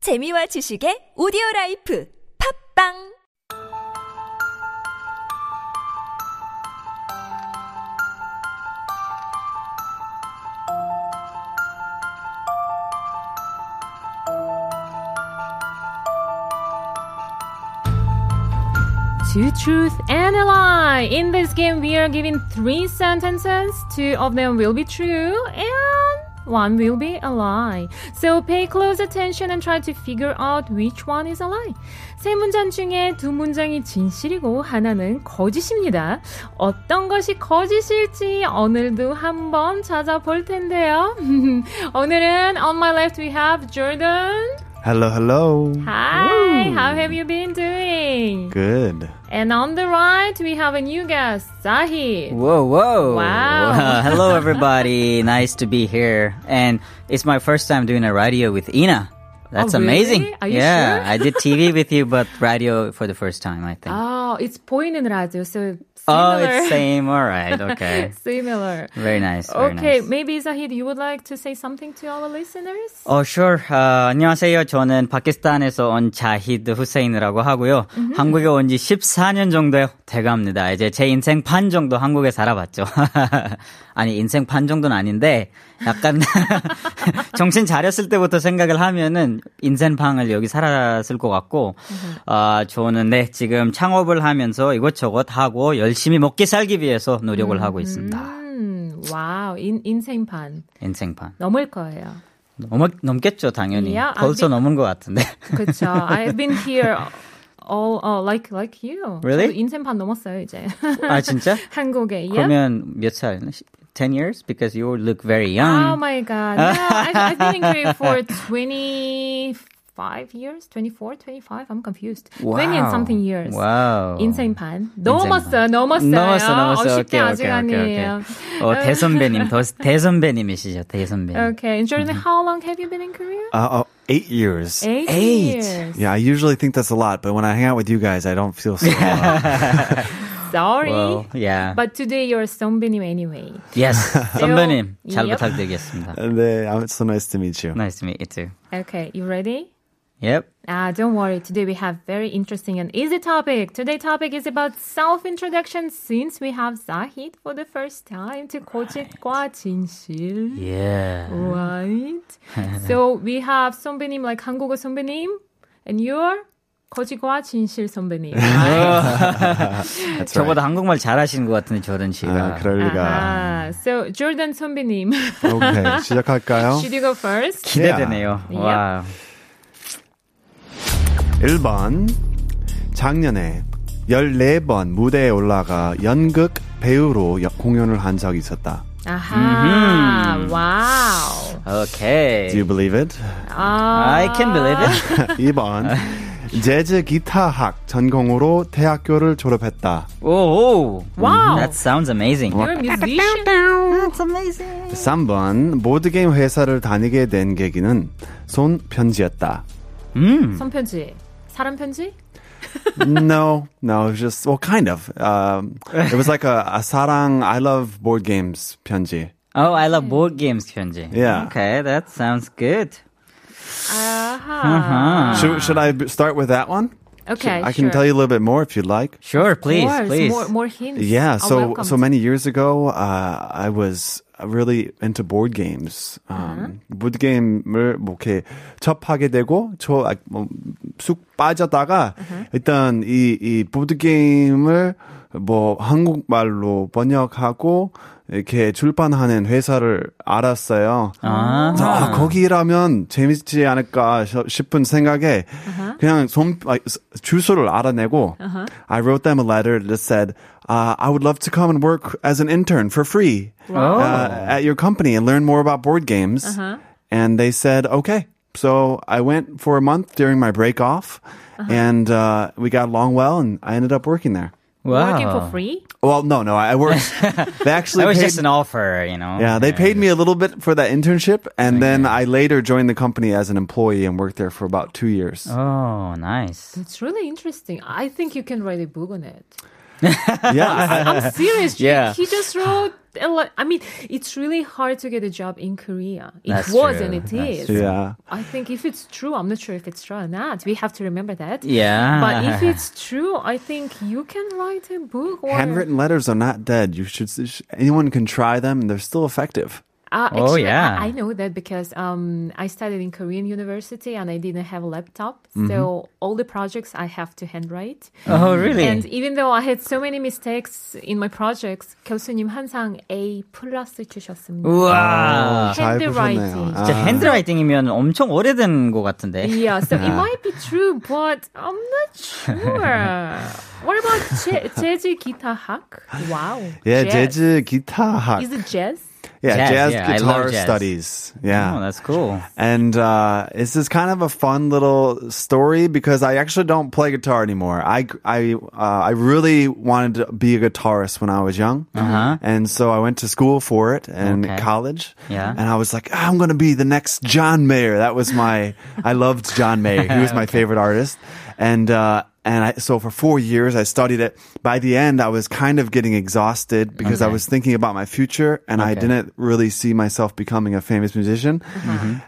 재미와 지식의 오디오 라이프 팝빵 to truth and a lie. In this game, we are given three sentences. Two of them will be true and one will be a lie. So pay close attention and try to figure out which one is a lie. 세 문장 중에 두 문장이 진실이고 하나는 거짓입니다. 어떤 것이 거짓일지 오늘도 한번 찾아볼 텐데요. 오늘은 on my left we have Jordan. Hello, hello. Hi, how have you been doing? Good. And on the right, we have a new guest, Zahid. Whoa, whoa. Wow. Hello, everybody. nice to be here. And it's my first time doing a radio with Ina. That's Oh, really? amazing. Are you yeah, sure? I did TV with you, but radio for the first time, I think. Oh, it's 보이는 라디오, so similar. oh, it's same. All right. Okay. similar. very nice. Very Okay, nice. maybe Zahid, you would like to say something to our listeners? 어, sure. 아, 안녕하세요. 저는 파키스탄에서 온 자히드 후세인이라고 하고요. 한국에 온 지 14년 정도 돼갑니다. 이제 제 인생 반 정도 한국에 살아봤죠. 아니, 인생 반 정도는 아닌데, 약간, 정신 차렸을 때부터 생각을 하면은, 인생 방을 여기 살았을 것 같고, 아, 저는 네, 지금 창업을 하면서 이것저것 하고, 열심히 먹기 살기 위해서 노력을 하고 있습니다. 음, 와우, 인, 인생판 인생 반. 넘을 거예요. 넘, 넘겠죠, 당연히. Yeah, 벌써 I've been- 넘은 것 같은데. 그렇죠. I've been here all, oh, like, like you. 저도 Really? 인생판 넘었어요 이제. 아 진짜? 한국에. Yeah. 그러면 몇 살? 10 years? Because you look very Oh young. my god. No, I've, I've been in Korea for 25 years, 24, 25. I'm confused. 20 and something years. 와우. 인생 반. 넘었어요, 넘었어요. 넘었어, 넘었어. 어, 쉽게 오케이, 아직 오케이, 아니에요. 오케이, 오케이. 어, 대선배님, 더, 대선배님이시죠, 대선배님. Okay, and Jordan, how long have you been in Korea? Uh, oh, eight years. Eight, Eight. years. Yeah, I usually think that's a lot, but when I hang out with you guys, I don't feel so. Uh, Sorry. Well, yeah. But today you're somebody anyway. yes, 선배님, 잘 Yep. 부탁드리겠습니다. and, uh, it's so nice to meet you. Nice to meet you too. Okay, you ready? Yep. Ah, don't worry. Today we have very interesting and easy topic. Today topic is about self-introduction since we have Zahid for the first time to 거짓과 진실. Yeah. Right. so we have 선배님 like 한국어 선배님 and you're 거짓과 진실 선배님. That's right. 저보다 한국말 잘하시는 것 같은데, 조던 아, 씨가. 그럴 리가. Ah, so Jordan 선배님, Okay, 시작할까요? should you go first? 기대되네요. Yeah. 와. 1번 작년에 14번 무대에 올라가 연극 배우로 여- 공연을 한 적이 있었다. 아하, wow. Do 오케이. you believe it? 아, I can believe it. 2번 재즈 기타학 전공으로 대학교를 졸업했다. 오오. Wow. Oh, That sounds amazing. you're a musician. That's amazing. 3번 보드게임 회사를 다니게 된 계기는 손 편지였다. 음. 손편지, 사람 편지? no, no, it was just well, kind of. Um, it was like a, a sarang. I love board games 편지. Oh, I 네. love board games 현재. Yeah. Okay, that sounds good. 아하. Should, should I b- start with that one? Okay, Uh-huh. I can sure. tell you a little bit more if you'd like. Sure, please, Of course, please. More, more hints. Oh, Yeah. are So welcomed. so many years ago, uh, I was really into board games. Um, board game을 뭐 이렇게 접하게 되고 저쑥 뭐, 쑥 빠졌다가 일단 이 이 보드 게임을 뭐 한국말로 번역하고 이렇게 출판하는 회사를 알았어요. 아. 그래서 아, 거기라면 재밌지 않을까 셔- 싶은 생각에 그냥 손 아, 스- 주소를 알아내고 I wrote them a letter that said uh, I would love to come and work as an intern for free uh, at your company and learn more about board games. And they said okay. So I went for a month during my break off, and uh, we got along well, and I ended up working there. wow. Working for free? Well, no, no, I worked. they actually That was paid just an offer, you know. yeah, they paid me a little bit for that internship, and then I later joined the company as an employee and worked there for about two years. Oh, nice. It's really interesting. I think you can write a book on it. yeah. I'm serious. Jake. Yeah. He just wrote. a lot- I mean, it's really hard to get a job in Korea. It That's was true. and it is. That's yeah. I think if it's true, I'm not sure if it's true or not. We have to remember that. Yeah. But if it's true, I think you can write a book or Uh, Handwritten letters are not dead. You should anyone can try them. and They're still effective. Uh, Oh, actually, yeah. I, I know that because um, I studied in Korean university and I didn't have a laptop, Mm-hmm. so all the projects I have to handwrite. oh really? And even though I had so many mistakes in my projects, 교수님 항상 A 플러스 주셨습니다. 우와. 잘 handwriting. 보셨네요. 진짜 핸드라이팅이면 엄청 오래된 것 같은데. Yeah, so it might be true, but I'm not sure. what about je- 재즈 기타 학? Wow. Yeah, jazz. 재즈 기타. Is it jazz? Yeah, Jazz, jazz, yeah, I guitar love jazz. studies. Oh, Yeah. that's cool. and uh, this is kind of a fun little story because I actually don't play guitar anymore. I I uh, I really wanted to be a guitarist when I was young, and so I went to school for it in Uh-huh. Okay. college. Yeah. and I was like, "Ah, I'm gonna be the next John Mayer. That was my I loved John Mayer. He was my favorite artist, and. Uh, and I, so for four years, I studied it. By the end, I was kind of getting exhausted because I was thinking about my future and I didn't really see myself becoming a famous musician.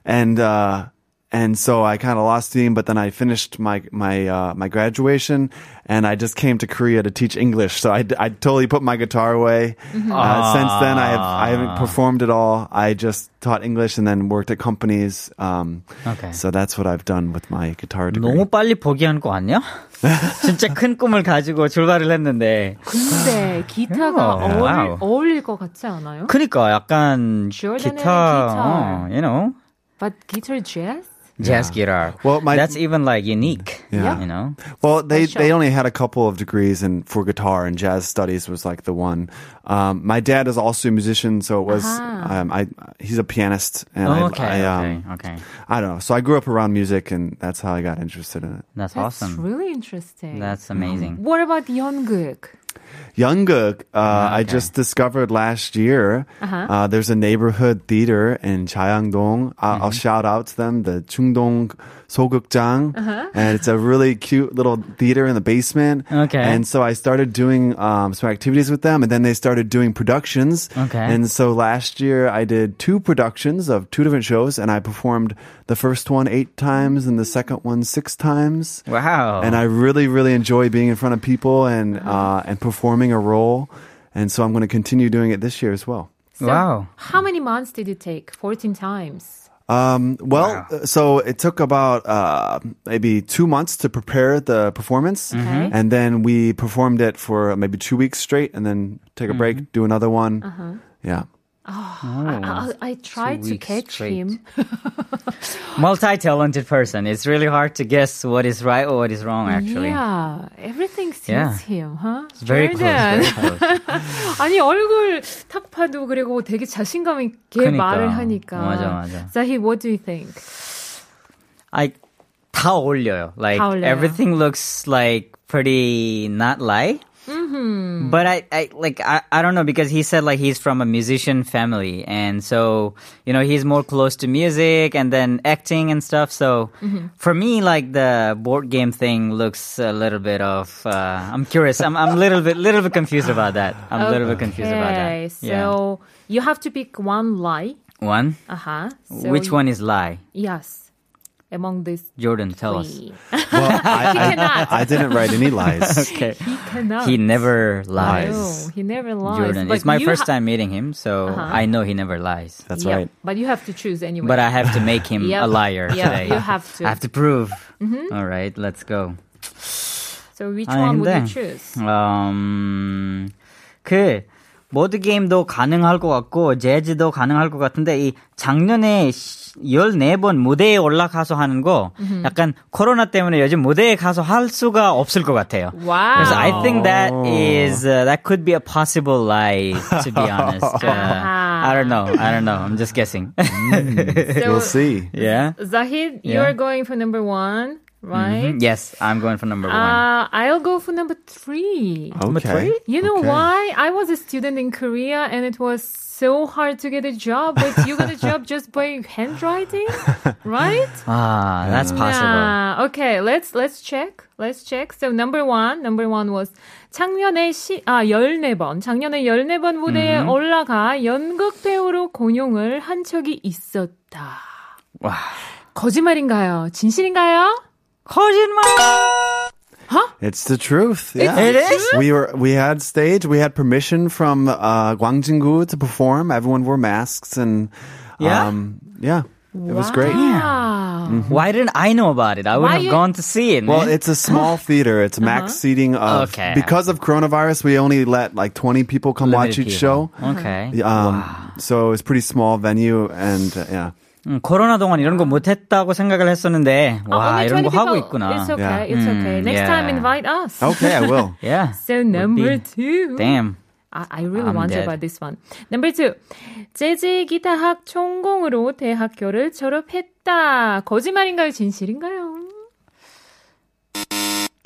And, uh, and so I kind of lost steam, but then I finished my, my, uh, my graduation and I just came to Korea to teach English. So I, d- I totally put my guitar away. Mm-hmm. Uh, since then, I have, I Ah. haven't performed at all. I just taught English and then worked at companies. Um, Okay. so that's what I've done with my guitar degree. 너무 빨리 포기한 거 아니야? 진짜 큰 꿈을 가지고 출발을 했는데. 근데 기타가 Yeah. 어울, Wow. 어울릴 것 같지 않아요? 그니까 약간 Jordan and 기타, 어, you know, But guitar jazz? jazz guitar. Well, my- that's even like unique. Yeah. you know. Well, they, show. they only had a couple of degrees in for guitar and jazz studies was like the one. Um, my dad is also a musician, so it was um, I he's a pianist and I, Oh, okay, I, okay, um, okay. I don't know. So I grew up around music, and that's how I got interested in it. That's, That's awesome. really interesting. That's amazing. What about 연극? Yeongguk, uh, Ah, I just discovered last year. Uh-huh. uh there's a neighborhood theater in Chaeangdong. I- I'll Mm-hmm. shout out to them, the Chungdong Sogukjang, Uh-huh. and it's a really cute little theater in the basement. Okay. and so I started doing um, some activities with them, and then they started doing productions. Okay. and so last year I did two productions of two different shows, and I performed the first one eight times and the second one six times Wow. and I really, really enjoy being in front of people and uh, and performing a role. And so I'm going to continue doing it this year as well. So wow. How many months did it take? 14 times. Um, well, so it took about uh, maybe two months to prepare the performance, Okay. and then we performed it for maybe two weeks straight, and then take a break, do another one. Uh-huh. Yeah, I, I, I tried to Oh, weeks catch straight. him. Multi-talented person. It's really hard to guess what is right or what is wrong. Actually, Yeah, everything suits Yeah. him, huh? very close. Jordan. Very close. 아니 얼굴 탁 봐도 그리고 되게 자신감 있게 그러니까. 말을 하니까. 맞아, 맞아. Zahi, what do you think? I 다 어울려요. Like 다 어울려요. everything looks like pretty not lie. Mm-hmm. But I, I like I, I don't know because he said like he's from a musician family and so you know he's more close to music and then acting and stuff so Mm-hmm. for me like the board game thing looks a little bit of uh, I'm curious I'm I'm little bit little bit confused about that I'm a little bit confused about Okay, that so you have to pick one lie. yeah. one Uh-huh. So which one is lie Yes. Among these Jordan tell us three. well, I, cannot. I, I didn't write any lies. okay He cannot. he never lies. No, he never lies. Jordan. But It's my you first ha- Uh-huh. time meeting him, so I know he never lies. That's Yeah, right. But you have to choose anyway. But I have to make him Yeah. a liar Yeah, today. you have to. Mm-hmm. I have to prove. All right, let's go. so which 아, one would 근데, you choose? 음, 그 모드 게임도 가능할 것 같고 재즈도 가능할 것 같은데 이 작년에 14번 무대에 올라가서 하는 거 약간 코로나 때문에 요즘 무대에 가서 할 수가 없을 것 같아요. Wow. 그래서 I think that Oh. is uh, that could be a possible lie. To be honest, Uh, I don't know. I don't know. I'm just guessing. so, We'll see. yeah. Zahid, Yeah. you're going for number one. right? Yes, I'm going for number one. Uh, I'll go for number three. Number Okay. three? You know Okay. why? I was a student in Korea and it was so hard to get a job, but you got a job just by handwriting, right? Ah, that's possible. Uh, Yeah. Okay. Let's let's check. Let's check. So number one, number one was 작년에 시, 아 14번, 작년에 14번 무대에 음. 올라가 연극 배우로 공용을 한 적이 있었다. 와. 거짓말인가요? 진실인가요? Mm-hmm. It's the truth. Yeah. It is? We were we had stage. We had permission from uh, Gwang Jinggu to perform. Everyone wore masks and Yeah? um, yeah, it was great. Yeah. Why didn't I know about it? I would Why have you- gone to see it. Well, man. it's a small theater. It's max seating. Of, Okay. Because of coronavirus, we only let like 20 people come watch Limited each people. show. Okay. Uh-huh. Um, So it's pretty small venue, and uh, yeah. 음, 코로나 Mm, 동안 이런 거 못했다고 생각을 했었는데 Uh-huh. Oh, 와 only 이런 거 20 하고 people. 있구나. It's okay. Yeah. It's okay. Mm, Next time, yeah. Oh, invite us. Okay, I will. Yeah. So number be- two. Damn. I, I really I'm want to dead. about this one. Number two. 재즈 기타학 전공으로 대학교를 졸업했다. 거짓말인가요? 진실인가요?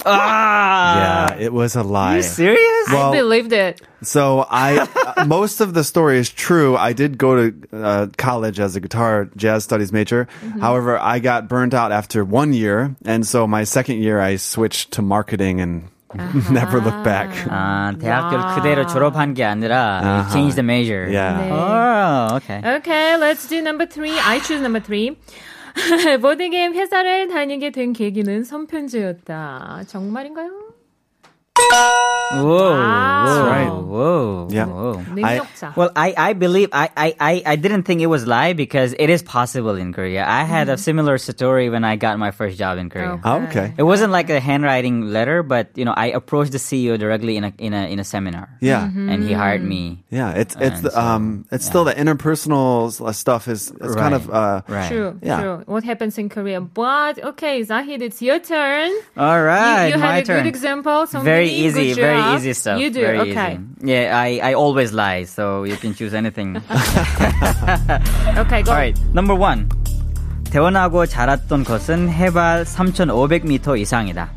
Ah. yeah, it was a lie. You serious? Well, I believed it. So I, uh, most of the story is true. I did go to uh, college as a guitar jazz studies major. However, I got burnt out after one year, and so my second year I switched to marketing and never looked back. 아, 대학교를 그대로 졸업한 게 아니라 you change the major. Yeah. Oh, okay. Okay, let's do number three. I choose number three. 보드게임 회사를 다니게 된 계기는 손편지였다. 정말인가요? Whoa. Whoa. right. Whoa. Yeah. Whoa. 아, 능력자. Well, I, I believe I, I, I, I didn't think it was lie because it is possible in Korea. I had Mm-hmm. a similar story when I got my first job in Korea. Oh, okay. It wasn't like a handwriting letter, but you know, I approached the CEO directly in a in a in a seminar. Yeah. and he hired me. Yeah, it's it's the, um it's still the interpersonal s- uh, stuff is it's kind of uh Right. True, Yeah. true. What happens in Korea? But okay, Zahid, it's your turn. All right, you, you my had a turn. good example. So very maybe good easy, very job. easy stuff. You do very okay. Easy. Yeah, I I always lie, so you can choose anything. Okay, go. All right, number one. 태어나고 자랐던 것은 해발 3,500m 이상이다.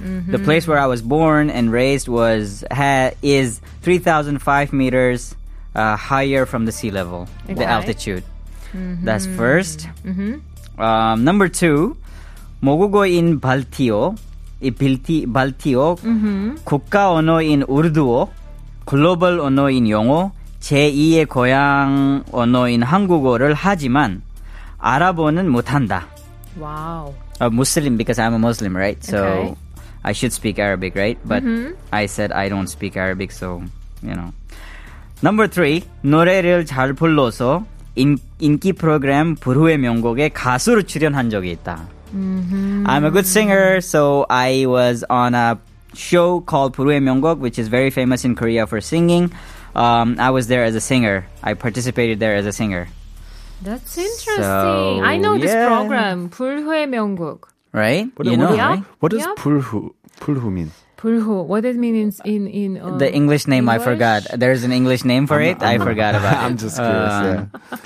The place where I was born and raised was ha, is 3,005 meters uh, higher from the sea level, the Okay. altitude. That's 1st Um, number two, 모국어인 발티오, 이 빌티 발티오, 국가 언어인 우르두어, 글로벌 언어인 영어, 제2의 고향 언어인 한국어를 하지만 아랍어는 못한다. Wow. a Uh, Muslim because I'm a Muslim, right? So Okay. I should speak Arabic, right? But I said I don't speak Arabic, so you know. Number three, 노래를 잘 불러서 인, 인기 프로그램 불후의 명곡에 가수로 출연한 적이 있다. I'm a good singer, so I was on a show called 불후의 명곡, which is very famous in Korea for singing. Um, I was there as a singer. I participated there as a singer, That's interesting. So, I know this yeah. program. 불후의 명곡. right? you what, know, do- right? what does Yep. pulhu pulhu mean? 불후. What it means in in uh, The English name I forgot. There's an English name for it. I forgot about it. Um. I'm just curious. yeah.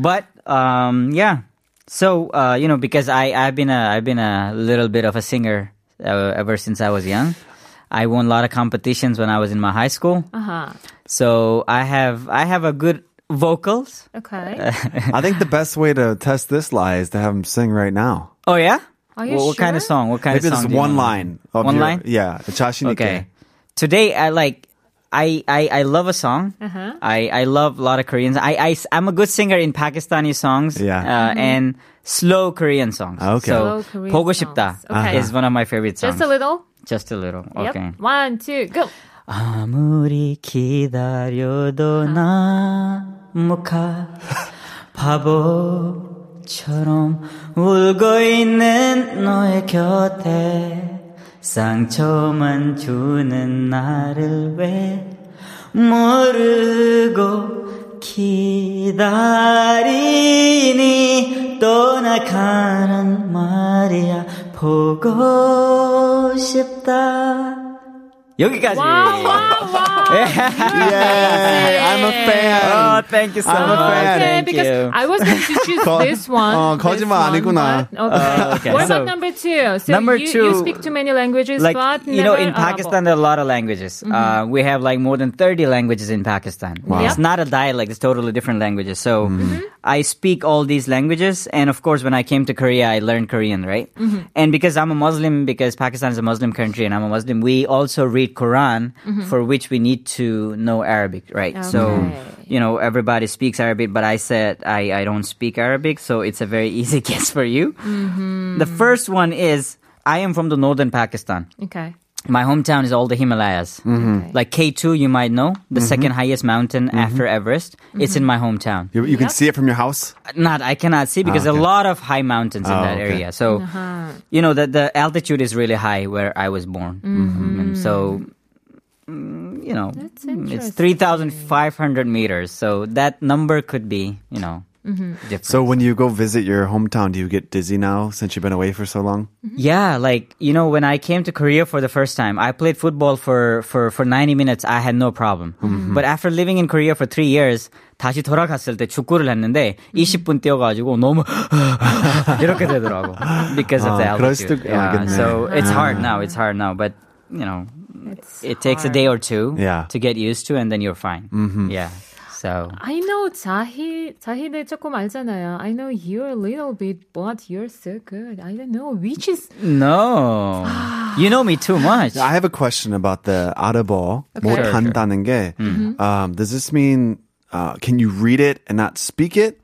But um, yeah. So uh, you know, because I I've been a I've been a little bit of a singer uh, ever since I was young. I won a lot of competitions when I was in my high school. Uh-huh. So I have I have a good vocals. Okay. I think the best way to test this lie is to have him sing right now. Oh yeah. Are you what, what kind of sure? song? What kind Maybe of this song? do you one know? line. Of One your- line? Yeah. Chashinike. Okay. Today I like I I, I love a song. Uh-huh. I I love a lot of Koreans. I I am a good singer in Pakistani songs. Yeah. Uh, and slow Korean songs. Ah, okay. So Mm-hmm. Slow Korean 보고 songs. 싶다 Okay. is one of my favorite songs. Just a little. Just a little. Yep. Okay. One, two, go. 아무리 기다려도 Uh-huh. 나무가 바보처럼 울고 있는 너의 곁에 상처만 주는 나를 왜 모르고 기다리니 떠나가란 말이야 보고 싶다 여기까지 Wow, wow, wow. Yay! I'm a fan. Oh, thank you so I'm a much. fan. okay, Thank because you. Oh, I was going to choose 거- this one. 어, this 거짓말 one, 아니구나. but- Okay. okay, What so- about number two. So Number you, two, you speak too many languages, like but you know never Mm-hmm. in a pakistan novel. there are a lot of languages uh, we have like more than 30 languages in pakistan Yep. Mm-hmm. it's not a dialect it's totally different languages so i speak all these languages and of course when i came to korea i learned korean right Mm-hmm. and because i'm a muslim because pakistan is a muslim country and i'm a muslim we also read quran Mm-hmm. for which we need to know arabic right so Okay. you know everybody speaks arabic but i said I, I don't speak arabic so it's a very easy guess for you Mm-hmm. the first one is i am from the northern pakistan Hmm. Okay. my hometown is all the Himalayas. Mm-hmm. Like K2, you might know, the second highest mountain after Everest. Mm-hmm. It's in my hometown. You, you can see it from your house. Not, I cannot see because Ah, okay. a lot of high mountains in Oh, that okay. Uh-huh. area. So, you know, the, the altitude is really high where I was born. Mm-hmm. Mm-hmm. And so, mm, you know, mm, it's 3,500 meters. So that number could be, you know, different. So when you go visit your hometown, do you get dizzy now since you've been away for so long? Yeah, like you know, when I came to Korea for the first time, I played football for for for 90 minutes. I had no problem. Mm-hmm. But after living in Korea for three years, 다시 돌아갔을 때 축구를 했는데 20분 뛰어가지고 너무 이렇게 되더라고 because of the 아, 그럴 수도 altitude. Yeah, 있겠네. so it's hard now. It's hard now, but you know, it takes a day or two Yeah. Mm-hmm. to get used to, and then you're fine. Yeah. So I know 자히 자히를 조금 알잖아요. I know you're a little bit, but you're so good. I don't know which is no, you know me too much. I have a question about the audible Sure, sure. 못한다는 게. Um, does this mean uh, can you read it and not speak it?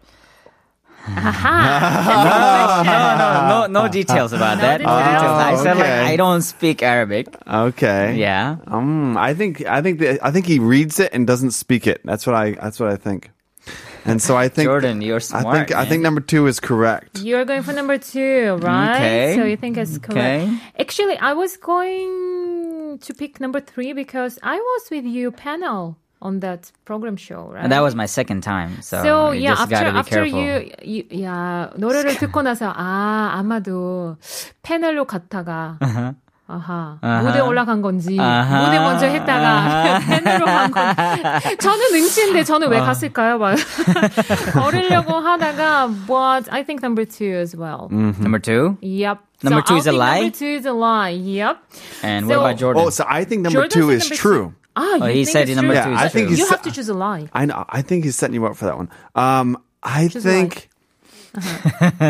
aha. Uh, no, no, no details about that. No details. details. I said like Ah, Okay. I don't speak Arabic. Okay. Yeah. Um, I think I think that, I think he reads it and doesn't speak it. That's what I that's what I think. And so I think Jordan, I you're smart. think I man. think number two is correct. You're going for number two, right? Okay. So you think it's correct. Okay. Actually, I was going to pick number three because I was with you panel on that program show, right? And that was my second time, so, So Um, you yeah, just after gotta be after careful. you, you yeah 노래를 듣고 나서 아 아마도 패널로 갔다가 Uh-huh. 아하 무대 올라간 건지 아하. 무대 먼저 했다가 아하. 패널로 간 건지 저는 응치인데 저는 어. 왜 갔을까요? 막 걸으려고 하다가 but I think number two as well. Mm-hmm. Number two. Yep. 음. Number so two is I a think lie? Number two is a lie. Yep. And So- what about Jordan? Oh, so I think number Jordan two said is number two. true. Ah, you Oh, he think said it's number true? two two. is Is I think true. he's- You have to choose a lie. I know. I think he's setting you up for that one. Um, I Just think.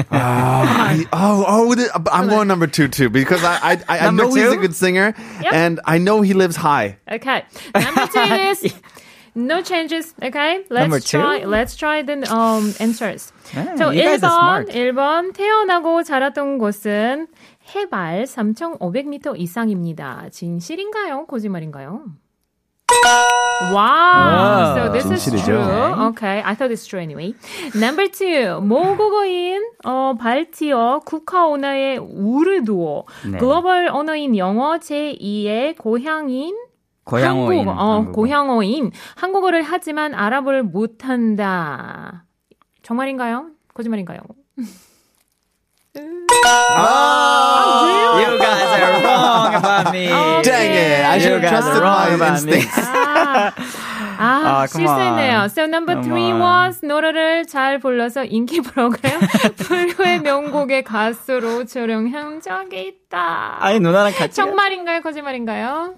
Ah, I- oh, oh! th- I'm going number two too because I I, I, I Number know he's a two? good singer and I know he lives high. Okay. Number two is no changes. Okay. Let's Number two? try let's try the um answers. Man, so you guys are 1번, 1번 smart. 태어나고 자랐던 곳은 해발 3,500m 이상입니다. 진실인가요? 거짓말인가요? 아, Wow. So this is 진실이죠. true. 네. Okay. I thought it's true anyway. Number two. 모국어인 어, 발티어 국화 언어의 우르도어. 네. 글로벌 언어인 영어 제2의 고향인 고향어인. 한국어, 어, 한국어. 고향어인 한국어를 하지만 아랍어를 못한다. 정말인가요? 거짓말인가요? You guys are wrong about me. Oh, 아, Dang 예, it! I You should have guys are trusted wrong my about me. instincts. 예. 아, 아, 아, come 실수했네요. on. So number Come three on. was 노래를 잘 불러서 인기 프로그램 불후의 명곡의 가수로 조령한 적이 있다. 아니 누나랑 같이. 정말인가요? 거짓말인가요?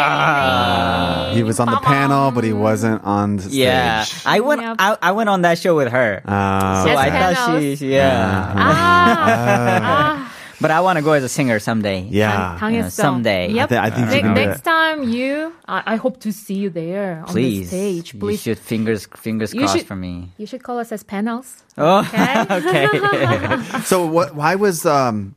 아, He was on the panel, but he wasn't on the stage. Yeah, I went. Yep. I, I went on that show with her. Uh, Uh-huh. so Yes, I thought she, panels. she- yeah. 아. 아, 아. But I want to go as a singer someday. yeah. You know, 당했어. someday. Yep. I, thi- I think you Ne- can do next it. time you, I, I hope to see you there on the Please, stage. you Please, should fingers fingers You crossed should- for me. you should call us as panels. Oh, Okay. okay. So what? Why was um?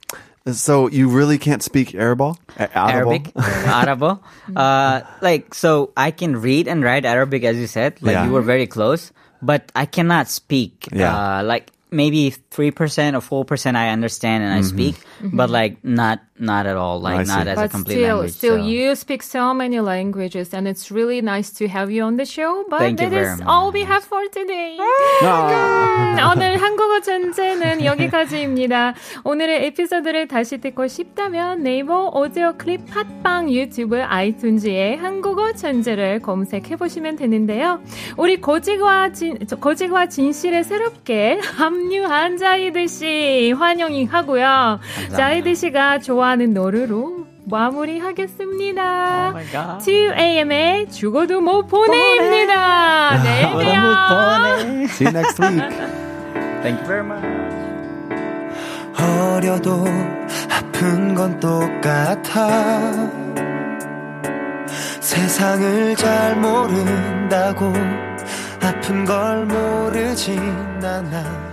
So you really can't speak Arable? A- audible? Arabic, Arabo. Mm. Uh, like so, I can read and write Arabic, as you said. Like Yeah. you were very close, but I cannot speak. Yeah. Uh, like maybe three percent or four percent, I understand and I speak, but like not not at all. Like Mm-hmm. I not see. as Mm-hmm. a But complete still, language. still, so. you speak so many languages, and it's really nice to have you on the show. But Thank you that is very all we have for today. Ah! 음, No. 오늘 한국어 전제는 여기까지입니다. 오늘의 에피소드를 다시 듣고 싶다면 네이버 오디오 클립 팟빵 유튜브 아이튠즈에 한국어 전제를 검색해 보시면 되는데요. 우리 거짓과 진 거짓과 진실에 새롭게 한 합류한 자이드 씨 환영이 하고요. 자이드 씨가 좋아하는 노래로 마무리하겠습니다. Oh my God. 2AM의 죽어도 못 보내입니다. 내일 봬요. See you next week. Thank you very much. 어려도 아픈 건 똑같아 세상을 잘 모른다고 아픈 걸 모르진 않아